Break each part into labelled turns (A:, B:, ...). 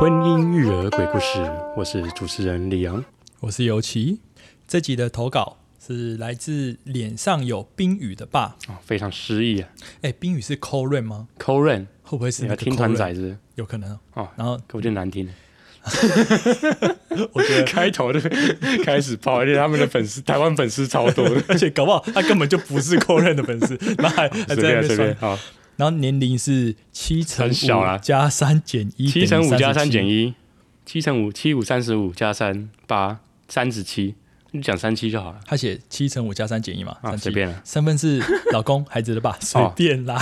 A: 婚姻育儿鬼故事，我是主持人李阳。
B: 我是尤其。这集的投稿是来自脸上有冰雨的爸。
A: 哦，非常诗意啊
B: 哎，冰雨是 c o r e n 吗？
A: ，Coren，
B: 会不会是
A: 你
B: 那
A: 要
B: 个
A: 听
B: Coren？
A: 团仔是不是？
B: 有可能哦。
A: 哦，
B: 然后
A: 可不就难听了。
B: 我觉得，
A: 开头就开始爆，而且他们的粉 丝，台湾粉丝超 多的。
B: 而且搞不好他根本就不是 c o r e n 的粉 丝，然后还还
A: 哦随便
B: 在那
A: 啊
B: 边
A: 随便，
B: 算。
A: 好，
B: 然后年龄是七乘
A: 很小啦
B: 五加三减一，
A: 七乘五加三减
B: 一，
A: 一，七乘五七五三十五加三八三十七，你讲三七就好了。
B: 他写七乘五加三减一嘛，
A: 啊，哦
B: 三
A: 随
B: 七。
A: 便了，
B: 三分是老公孩子的爸，随便啦，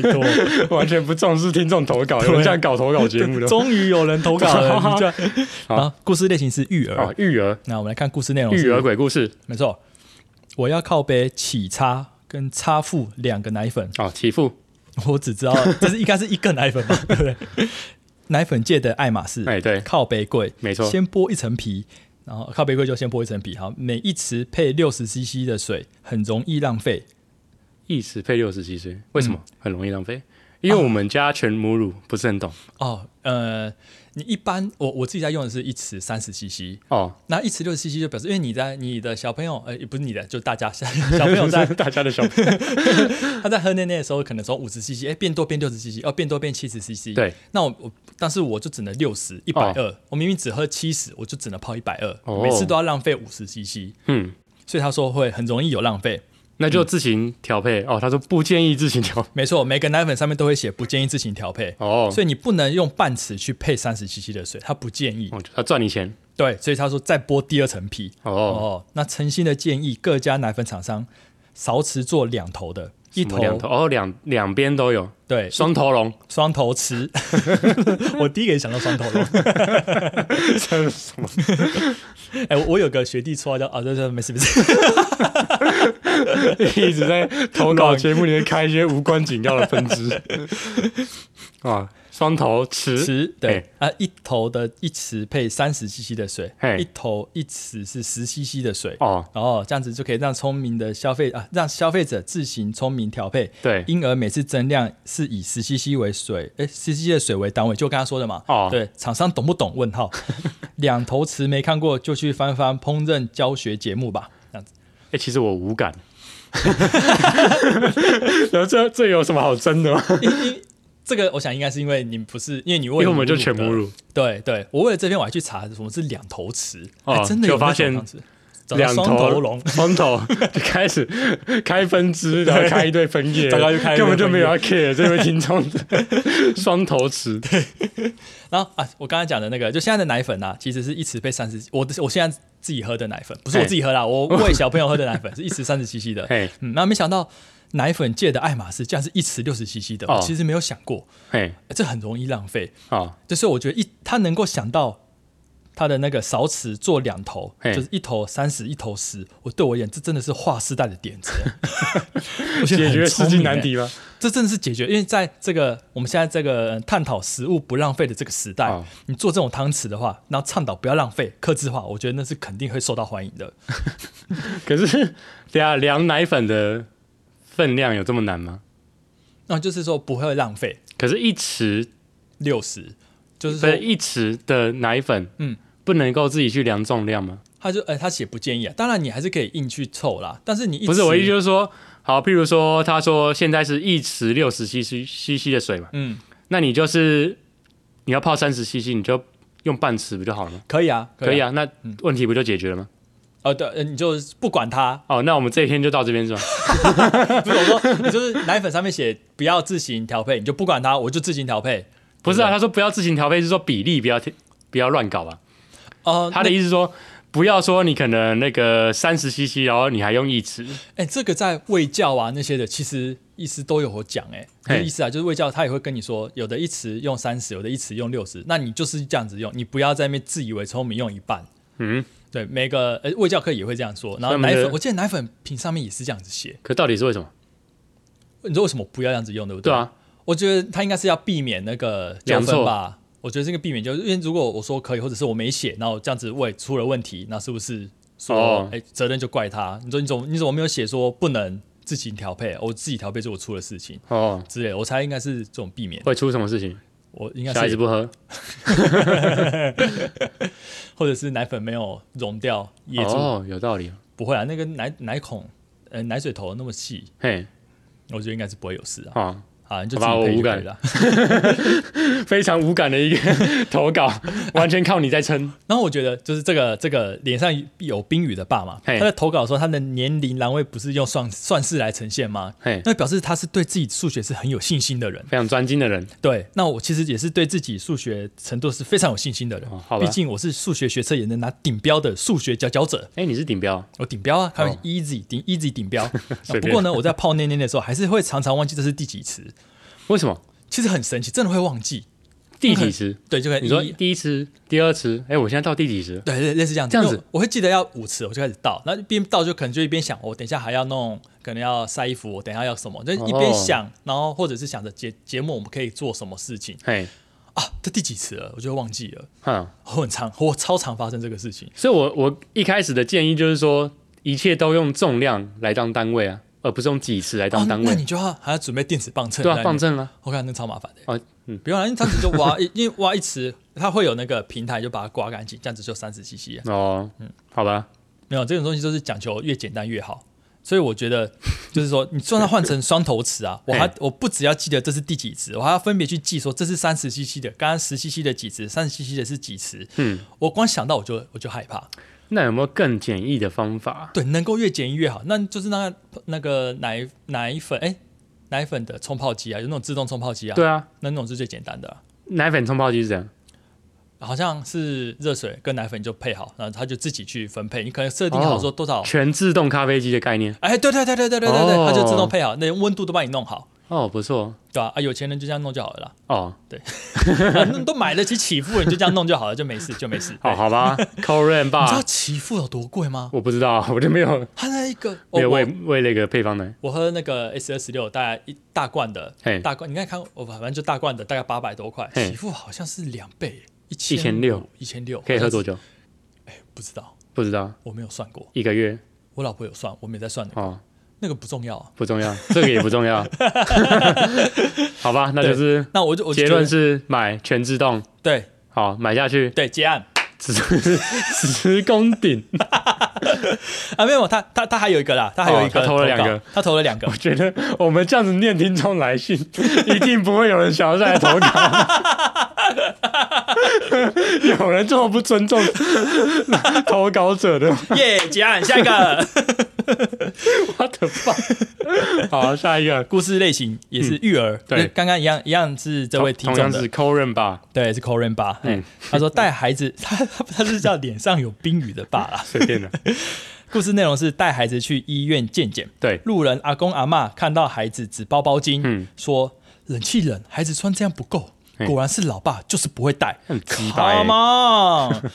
B: 托。
A: 完全不重视听众投稿，
B: 有人这
A: 这
B: 样
A: 样搞投稿节目的。
B: 终于有人投稿了，你居然。然后故事类型是育
A: 哦
B: 儿，，
A: 育儿，
B: 那我们来看故事内容。
A: 育儿鬼故事
B: 没错，我要靠杯起叉跟叉腹两个奶粉，
A: 哦，起父，
B: 我只知道 这是应该是一个奶粉吧， 对不对？奶粉界的爱马仕，
A: 哎，对，
B: 靠杯柜，
A: 没错
B: 先剥一层皮，然后靠杯柜就先剥一层皮，好，每一匙配六十 CC 的水，很容易浪费。
A: 一匙配六十七岁，为什么、很容易浪费？因为我们家全母乳，不是很懂
B: 哦，呃，你一般我我自己在用的是一匙三十 CC，
A: 哦。
B: 那一匙六十 CC 就表示，因为你在你的小朋友，呃，不是你的，就大家小小朋 友在
A: 大家的小朋友，
B: 他在喝奶奶的时候，可能从五十 CC，哎，变多变六十 CC，哦，变多变七十 CC。
A: 对，
B: 那我我，但是我就只能六十、一百二，我明明只喝七十，我就只能泡一百二，
A: 哦
B: 每次都要浪费五十 CC，
A: 嗯，
B: 所以他说会很容易有浪费。
A: 那就自行调配、哦。他说不建议自行调 配
B: 没错，每个奶粉上面都会写不建议自行调配，
A: 哦，
B: 所以你不能用半匙去配三十 CC 的水，他不建议。
A: 哦他赚你钱
B: 对，所以他说再剥第二层皮。
A: 哦，
B: 哦，那诚心的建议各家奶粉厂商勺匙做两头的，一
A: 什
B: 头
A: 么两头哦，两两边都有
B: 对
A: 双头龙，
B: 双头吃，我第一个也想到双头龙。
A: 这是什么？
B: 哎、我我有个学弟绰号叫啊，对对，没事没事，
A: 一直在投稿节目里面开一些无关紧要的分支 啊，双头池
B: 池对、啊，一头的一匙配三十 CC 的水
A: 哎嘿，
B: 一头一匙是十 CC 的水，
A: 哦，
B: 然后这样子就可以让聪明的消费啊，让消费者自行聪明调配，
A: 对
B: 因而每次增量是以十 CC 为水，哎，十 CC 的水为单位，就我刚刚说的嘛，
A: 哦
B: 对，厂商懂不懂？问号，两头池没看过就去翻翻烹饪教学节目吧，这样子。
A: 哎、其实我无 感。然后这这有什么好争的吗？
B: 因因这个我想应该是因为你不是因为你
A: 因
B: 为
A: 为我们就全母
B: 乳的，
A: 乳，
B: 对对，我为了这篇我还去查什么是两头池，
A: 哦
B: 哎真的
A: 就
B: 有那
A: 发
B: 种
A: 现
B: 样子找到
A: 两，
B: 双头龙
A: 双头就开始开分支，然后开一对分页，
B: 大家就开一堆
A: 根本就
B: 分
A: 没
B: 页
A: 有要 care 这位听众的双头池，
B: 然后啊，我刚才讲的那个，就现在的奶粉啊，其实是一匙配三十，我的我现在自己喝的奶粉，不是我自己喝 啦，我喂小朋友喝的奶粉是一匙三十 CC 的，
A: 嘿
B: 嗯，那没想到奶粉界的爱马仕竟然是一匙六十 CC 的，
A: 哦
B: 我其实没有想过，
A: 嘿，
B: 哎这很容易浪费，
A: 哦，
B: 就是我觉得一他能够想到他的那个勺匙做两头，
A: 嘿
B: 就是一头三十，一头十。我对我而言，这真的是划时代的点 子，我觉得
A: 解
B: 很
A: 决世
B: 聪
A: 纪
B: 明
A: 难
B: 欸。
A: 题吗？
B: 这真的是解决，因为在这个我们现在这个呃探讨食物不浪费的这个时代，
A: 哦
B: 你做这种汤匙的话，然后倡导不要浪费、克制化，我觉得那是肯定会受到欢迎的。
A: 可
B: 欸
A: 是，等下量奶粉的分量有这么难吗？
B: 那就是说不会浪费
A: 可是，一匙
B: 六十，就是
A: 不
B: 说
A: 是一匙的奶粉，
B: 嗯，
A: 不能够自己去量重量吗？
B: 他就呃他写不建议啊，当然你还是可以硬去凑啦，但是你一
A: 不是，
B: 匙
A: 我意思就是说，好，譬如说，他说现在是一匙六十 cc cc 的水嘛，
B: 嗯。
A: 那你就是你要泡三十 cc，你就用半匙不就好了吗？
B: 可以啊，
A: 可以
B: 啊。
A: 啊，那问题不就解决了吗？
B: 呃，对，呃你就不管它，
A: 哦，那我们这一篇就到这边是吧？
B: 不是我说，你就是奶粉上面写不要自行调配，你就不管它，我就自行调配。
A: 不是啊，他说不要自行调配，是说比例不要不要乱搞吧？
B: 哦、
A: 他的意思是说。不要说你可能那个三十 CC，然后你还用一匙，
B: 哎、这个在卫教啊那些的，其实医师都有讲、欸，
A: 嘿
B: 哎，意思啊，就是卫教他也会跟你说，有的一匙用三十，有的一匙用六十，那你就是这样子用，你不要在那边自以为聪明用一半。
A: 嗯，
B: 对，每个呃卫教课也会这样说，然后
A: 上面
B: 奶
A: 的
B: 粉，我记得奶粉瓶上面也是这样子写，
A: 可到底是为什么？
B: 你说为什么不要这样子用，对不
A: 对啊，
B: 我觉得他应该是要避免那个纠纷吧。我觉得这个避免就是因为如果我说可以，或者是我没写，然后这样子我也出了问题，那是不是说哎、
A: 哦
B: 诶责任就怪他？你说你怎么你怎么没有写说不能自行调配？我自己调配是我出了事情
A: 哦，
B: 之类的，我猜应该是这种避免。
A: 会出什么事情？
B: 我应该
A: 下一次
B: 是，
A: 不喝，
B: 或者是奶粉没有溶掉液注，
A: 哦，有道理，
B: 不会啊，那个奶奶孔，呃，奶水头那么细，
A: 嘿，
B: 我觉得应该是不会有事啊。
A: 啊，
B: 啊，你就自
A: 好吧
B: 己
A: 我
B: 配就
A: 无
B: 可
A: 感
B: 以了。
A: 非常无感的一个 投稿，完全靠你在 撑，
B: 然后我觉得就是这个这个脸上有冰雨的爸嘛，
A: 嘿
B: 他在投稿说他的年龄栏位不是用算算式来呈现吗？
A: 嘿，
B: 那表示他是对自己数学是很有信心的人。
A: 非常专精的人，
B: 对，那我其实也是对自己数学程度是非常有信心的人。
A: 哦好吧
B: 毕竟我是数学学测也能拿顶标的数学佼佼者，
A: 哎，你是顶标，
B: 我顶标啊，还有
A: 哦
B: easy 顶 easy 顶 标。那
A: 随便
B: 不过呢，我在泡念念的时候还是会常常忘记这是第几次，
A: 为什么？
B: 其实很神奇，真的会忘记。
A: 第几次？
B: 对，就跟
A: 哎你说
B: 一
A: 第一次、第二次，哎，我现在到第几次？
B: 对，类类似这样子。
A: 这样子
B: 因为我，我会记得要五次，我就开始倒，然后一边倒就可能就一边想，我、等一下还要弄，可能要晒衣服，我等一下要什么，就一边
A: 哦
B: 想，然后或者是想着节节目我们可以做什么事情
A: 嘿，
B: 啊？这第几次了，我就忘记了，
A: 哼，
B: 我很常，我超常发生这个事情。
A: 所以我我一开始的建议就是说，一切都用重量来当单位啊，而不是用几次来当单
B: 哦，那
A: 位
B: 你，就要还要准备电子磅秤，
A: 对啊
B: 那，你
A: 放正啊，
B: 我看那超麻烦的、
A: 哦，嗯，
B: 不用了，啊因为它只就挖一， 因为挖一池，它会有那个平台，就把它刮干净，这样子就三十 cc 啊了。
A: 哦，
B: 嗯
A: 好吧，
B: 没有这种东西，就是讲求越简单越好。所以我觉得， 就是说，你就算它换成双头词 啊，我还
A: 嘿
B: 我不只要记得这是第几词，我还要分别去记说这是三十 cc 的，刚刚十 cc 的几词，三十 cc 的是几词。
A: 嗯，
B: 我光想到我就我就害怕。
A: 那有没有更简易的方法？
B: 对，能够越简易越好。那就是那那个奶奶粉，哎、奶粉的冲泡机啊，有那种自动冲泡机啊，
A: 对啊，
B: 那那种是最简单的啊、
A: 奶粉冲泡机是这样，
B: 好像是热水跟奶粉就配好，然后它就自己去分配。你可能设定
A: 哦
B: 好说多少，
A: 全自动咖啡机的概念。
B: 哎、对对对对对对对对，
A: 哦
B: 它就自动配好，那温度都帮你弄好。
A: 哦，不错
B: 对啊，啊，有钱人就这样弄就好了啦，
A: 哦，
B: 啊那都买得起起付，你就这样弄就好了，就没事，就没事。
A: 哦好
B: 对
A: 好吧 c o r e n
B: 你知道
A: 吧，
B: 起付有多贵吗？
A: 我不知道，我就没有
B: 它那一个，
A: 没
B: 哦、
A: 有喂
B: 我
A: 喂那个配方奶，
B: 我喝那个 S 二十六，大概一大罐的，
A: 嘿，
B: 大罐，你看看，我反正就大罐的，大概八百多块，
A: 嘿
B: 起付好像是两倍，
A: 1600，
B: 一一千六，
A: 可以喝多
B: 久？
A: 久？
B: 不知道，
A: 不知道，
B: 我没有算过，
A: 一个月
B: 我老婆有算，我没在算的，
A: 哦，
B: 那个不重要啊。
A: 不重要，这个也不重 要，好吧，那就是
B: 那我就我就
A: 结
B: 觉得
A: 论是买全自动，
B: 对
A: 好买下去，
B: 对结案
A: 只 只攻顶，
B: 啊，没有他他他还有一个啦，他还有一个、
A: 哦他投了两个，
B: 他投了 两个
A: 我，觉得我们这样子念听众来信，一定不会有人想要再来投稿。有人这么不尊重投稿者的
B: 耶、结案下一个
A: ，what the fuck？好，下一个，
B: 故事类型也是育儿，
A: 嗯对
B: 跟刚刚一样一样是这位听
A: 同
B: 众
A: 样
B: 的
A: 是，Corin 吧，
B: 对是 Corin 爸，
A: 嗯
B: 嗯，他说带孩子， 他他他是叫脸上有冰雨的爸 啦，
A: 随便的，
B: 故事内容是带孩子去医院健检，
A: 对，
B: 路人阿公阿嬷看到孩子只包包巾，
A: 嗯
B: 说冷气冷，孩子穿这样不够。
A: 嘿
B: 果然是老爸，就是不会带。
A: 很鸡掰欸
B: Come on！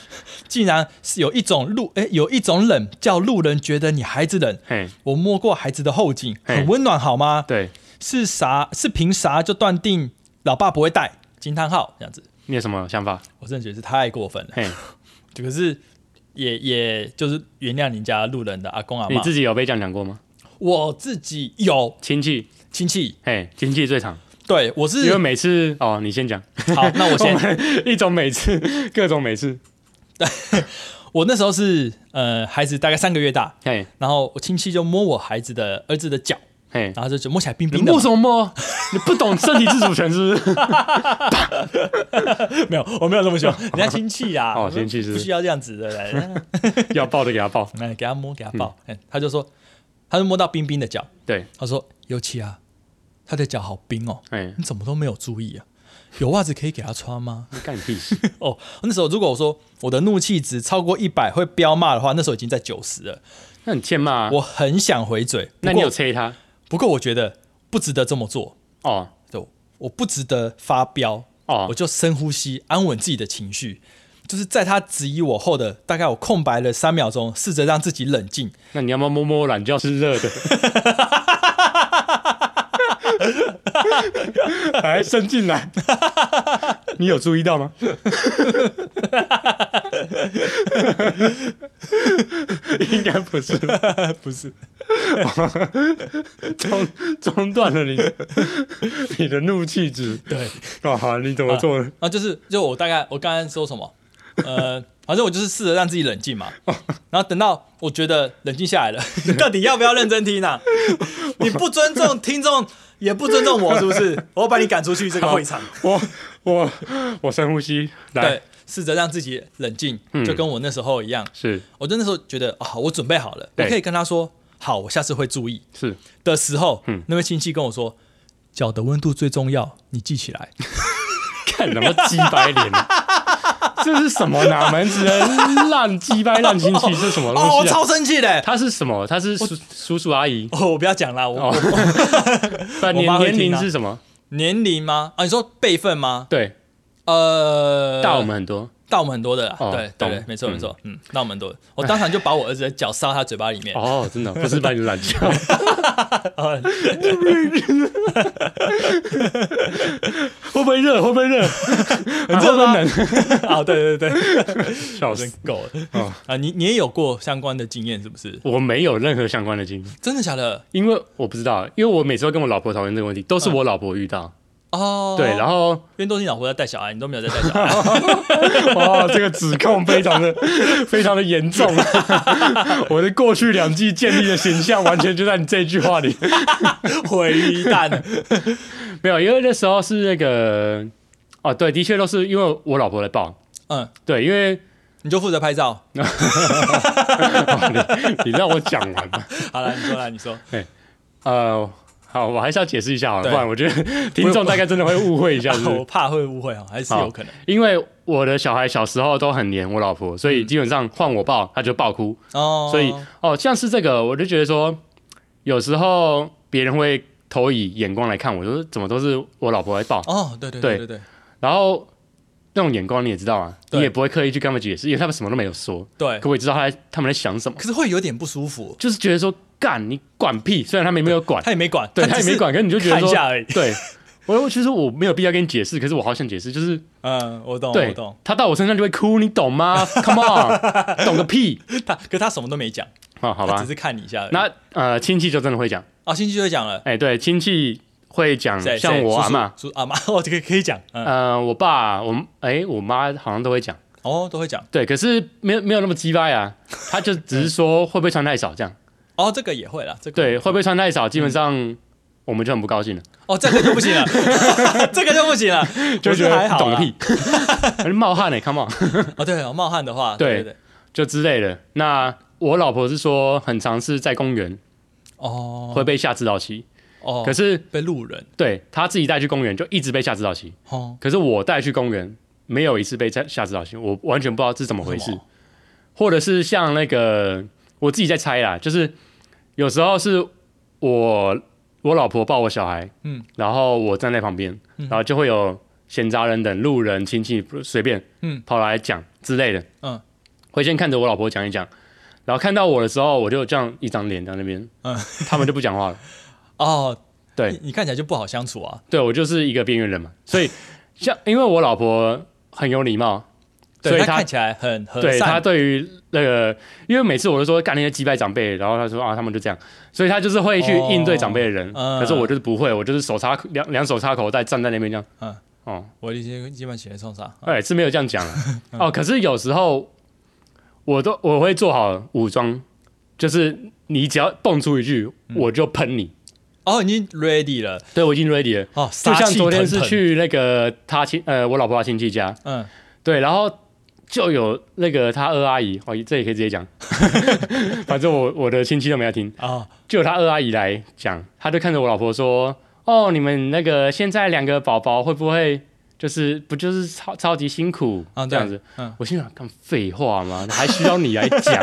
B: 竟然是有一种路，哎、有一种冷叫路人觉得你孩子冷。
A: 嘿，
B: 我摸过孩子的后颈，
A: 嘿
B: 很温暖，好吗？
A: 对，
B: 是啥？是凭啥就断定老爸不会带？惊叹号！这样子，
A: 你有什么想法？
B: 我真的觉得是太过分了。
A: 嘿，
B: 可是也也就是原谅人家路人的阿公阿
A: 你
B: 嬷。
A: 自己有被这样讲过吗？
B: 我自己有
A: 亲戚，
B: 亲戚，
A: 嘿，亲戚最长，
B: 对我
A: 因为
B: 是
A: 每次哦，你先讲，
B: 好，那我先
A: 我们 一种每次，各种每次，
B: 我那时候是呃，孩子大概三个月大，
A: 嘿，
B: 然后我亲戚就摸我孩子的儿子的脚，
A: 嘿。
B: 然后就就摸起来冰
A: 你
B: 冰的
A: 摸
B: 嘛，
A: 什么摸？你不懂身体自主权是不 是？
B: 没有，我没有那么 凶，人家亲戚啊，
A: 哦亲戚是
B: 不需要这样子的， 来，来
A: 要抱的给他抱。
B: 来哎给他摸，给他抱，嗯他就说，他就摸到冰冰的脚，
A: 对，
B: 他说，尤其啊，他的脚好冰哦，
A: 哎，
B: 你怎么都没有注意啊？有袜子可以给他 穿吗？
A: 干你屁事！
B: 哦，那时候如果我说我的怒气值超过一百会飙骂的话，那时候已经在九十了，
A: 那很欠骂啊。
B: 我很想回嘴。不
A: 那你
B: 过
A: 有催他？
B: 不过我觉得不值得这么做，
A: 哦
B: 对，我不值得发飙，我
A: 哦，
B: 就深呼吸，安稳自己的情绪。就是在他质疑我后的大概我空白了三秒钟，试着让自己冷静。
A: 那你要不要摸摸懒觉是热 的？哎还伸进来，你有注意到吗？应该 不是，
B: 不是，
A: 中中断了你你的怒气 值
B: 对，
A: 啊！你怎么做呢？
B: 啊，就是就我大概我刚刚说什么，呃，反正我就是试着让自己冷静 嘛，
A: 哦
B: 然后等到我觉得冷静下来了，你到底要不要认真听啊？你不尊重听众，也不尊重我，是不是？我要把你赶出去这个会场。
A: 我我我深呼吸，来嗯
B: 对，试着让自己冷静，就跟我那时候一样。
A: 是
B: 我就那时候觉得啊，我准备好了，我
A: 对
B: 可以跟他说好，我下次会注意
A: 是，
B: 的时候，
A: 嗯
B: 那位亲戚跟我说，脚的温度最重要，你记起来。
A: 看什么鸡掰 脸啊！这是什么哪门子的烂鸡掰烂亲戚？是什么
B: 哦，
A: 东
B: 我
A: 西啊？
B: 超生气的。
A: 他是什么？他是叔叔叔阿姨？
B: 哦，我不要讲啦，我、
A: 哦
B: 我
A: 不然
B: 我
A: 年
B: 妈会
A: 年
B: 听
A: 龄
B: 啊
A: 是什么？
B: 年龄吗？啊，你说辈分吗？
A: 对，
B: 呃，
A: 大我们很 多
B: 大我们很多的啦，
A: 哦
B: 对对对
A: 懂，
B: 没错
A: 嗯
B: 没错，嗯，大我们很多的。我当场就把我儿子的脚塞到他嘴巴里面，
A: 哦，真的不是把你懒 觉。会不会热？会不会 热？很
B: 热吗
A: 冷，
B: 啊，对对对，
A: 笑
B: 真
A: 死！
B: 够了
A: 哦
B: 啊！你你也有过相关的经验是不是？
A: 我没有任何相关的经历，
B: 真的假的？
A: 因为我不知道，因为我每次都跟我老婆讨论这个问题，都是我老婆遇到。
B: 嗯哦，
A: 对，然后
B: 因为都是你老婆在带小孩，你都没有在带 小孩，
A: 哇，哦这个指控非常的非常的严重啊！ 我的过去两季建立的形象，完全就在你这句话里。
B: 回 蛋。
A: 没有，因为那时候是那个哦，对，的确都是因为我老婆来报。
B: 嗯，
A: 对，因为
B: 你就负责拍照。
A: 嗯哦 你你让我讲完吧。
B: 好了，你说啦，你说。
A: 呃，好，我还是要解释一下好了，
B: 对
A: 不然我觉得听众大概真的会误会一下，是不
B: 我
A: 是？
B: 怕会误会啊，还是有可能。
A: 因为我的小孩小时候都很黏我老婆，所以基本上换我抱他就爆哭，
B: 哦，
A: 所以哦，像是这个，我就觉得说，有时候别人会投以眼光来看我，就是怎么都是我老婆来抱，
B: 哦，对对
A: 对
B: 对对
A: 然后那种眼光你也知道啊，
B: 对
A: 你也不会刻意去跟他们解释，因为他们什么都没有说，
B: 对
A: 可。我也知道他在他们在想什么，
B: 可是会有点不舒服，
A: 就是觉得说干你管屁，虽然他们也没有管，
B: 他也没管，
A: 对
B: 他
A: 他
B: 只
A: 也没
B: 是
A: 管，可是你就觉得
B: 看一
A: 说
B: 下而已。
A: 对，我我其实我没有必要跟你解释，可是我好想解释，就是
B: 嗯，我懂，我
A: 对
B: 懂。
A: 他到我身上就会哭，你懂 吗？Come on，懂个屁
B: 他可他什么都没讲，
A: 啊、好
B: 他
A: 吧
B: 只。是看你一下而已。
A: 那呃，亲戚就真的会讲，
B: 啊，星期就会讲了，
A: 哎、对，亲戚会讲，
B: 谁
A: 嗯像
B: 谁
A: 我啊阿
B: 叔叔
A: 嬷，
B: 叔阿妈， 哦，这个可以讲，嗯，
A: 呃，我爸，我哎、我妈好像都会讲，
B: 哦，都会讲，
A: 对，可是没有没有那么鸡巴 呀，他就只是说会不会穿太少这样，
B: 哦，这个也会啦，这个
A: 对，会不会穿太少，基本上我们就很不高兴了，
B: 哦，这个就不行 了， 这个就不行了，
A: 就
B: 我
A: 觉
B: 是还
A: 得
B: 好
A: 懂个
B: 啦。
A: 屁， 冒汗呢、c o m e on。
B: 哦，对，有冒汗的话，
A: 对
B: 对对，
A: 就之类的。那我老婆是说，很常是在公园
B: 哦
A: 会被下指导棋，
B: 哦，
A: 可是
B: 被路人，
A: 对她自己带去公园就一直被下指导棋，
B: 哦，
A: 可是我带去公园没有一次被下下指导棋，我完全不知道是怎么回
B: 为什
A: 事
B: 么，
A: 或者是像那个我自己在猜啦，就是有时候是我我老婆抱我小孩，
B: 嗯，
A: 然后我站在旁边，然后就会有闲杂人等、路人、亲戚随便，
B: 嗯，
A: 跑来讲之类的，
B: 嗯，
A: 会先看着我老婆讲一讲，然后看到我的时候，我就这样一张脸在那边，
B: 嗯，
A: 他们就不讲话了，
B: 哦，
A: 对
B: 你，你看起来就不好相处啊，
A: 对我就是一个边缘人嘛，所 以像因为我老婆很有礼貌，所以
B: 对他
A: 她
B: 看起来很和
A: 对他
B: 善，
A: 对于那个，因为每次我都说干那些击败长辈，然后他说啊他们就这样，所以他就是会去应对长辈的人，
B: 哦嗯
A: 可是我就是不会，我就是手插两两手插口袋站在那边这样，
B: 嗯
A: 哦，
B: 我已经基本起来冲啥，
A: 哎、是没有这样讲 了，哦，可是有时候我都我会做好武装，就是你只要蹦出一句，
B: 嗯
A: 我就喷你，
B: 哦，已经 ready 了，
A: 对我已经 ready 了。
B: 哦，
A: 就
B: 杀
A: 像
B: 气
A: 昨天
B: 腾
A: 是
B: 腾，
A: 去那个他亲呃我老婆她亲戚家，
B: 嗯，
A: 对，然后就有那个他二阿姨，哦，这也可以直接讲， 反正我我的亲戚都没有听，
B: 哦，
A: 就有他二阿姨来讲，他就看着我老婆说：“哦，你们那个现在两个宝宝会不会就是不就是超超级辛苦
B: 啊
A: 这
B: 对
A: 样子？”
B: 嗯
A: 我心想，干废话吗？还需要你来 讲？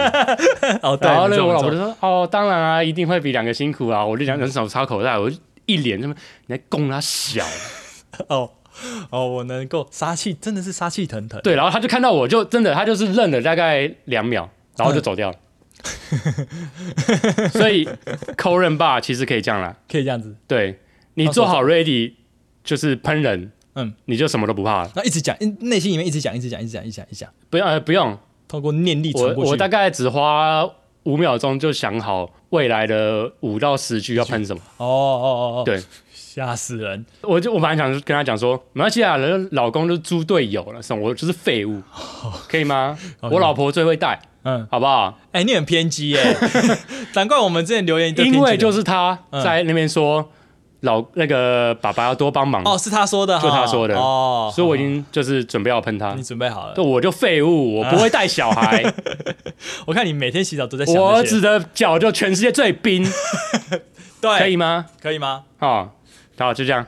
B: 哦，对，
A: 然后那个
B: 没错
A: 我老婆就
B: 没错
A: 说：“哦，当然啊，一定会比两个辛苦啊！”我就两人手插口袋，我就一脸这么你在供他小。
B: 哦哦，我能够杀气，真的是杀气腾腾。
A: 对，然后他就看到我就真的，他就是愣了大概两秒，然后就
B: 嗯
A: 走 掉了。所以抠人吧，其实可以这样啦。
B: 可以这样子，
A: 对你做好 ready，就是喷人，
B: 嗯，
A: 你就什么都不怕了。
B: 然后一直讲，嗯内心里面一直讲，一直讲，一直讲，一直讲，一直讲。
A: 不用，呃，不用，
B: 透过念力
A: 我
B: 传过去。
A: 我大概只花五秒钟就想好未来的五到十句要喷什么。
B: 哦哦哦哦，
A: 对，
B: 吓死人！
A: 我就我本来想跟他讲说，没关系啊，人家老公就是猪队友了，什么我就是废物，
B: 哦
A: 可以 吗？我老婆最会带，
B: 嗯，
A: 好不好？
B: 哎、你很偏 激耶、难怪我们之前留言都偏激嗯
A: 因
B: 的
A: 为就是他在那边说老那个爸爸要多帮忙，
B: 哦，是他说的哈，
A: 就他说的
B: 哦，
A: 所以我已经就是准备要喷他
B: 好你。准备好了
A: 对，。我就废物，我不会带小 孩，
B: 我看你每天洗澡都在想
A: 我儿
B: 这些
A: 子的 脚就全世界最冰，
B: 对，哎
A: 可以吗？
B: 可以吗？
A: 哦，好，就这样。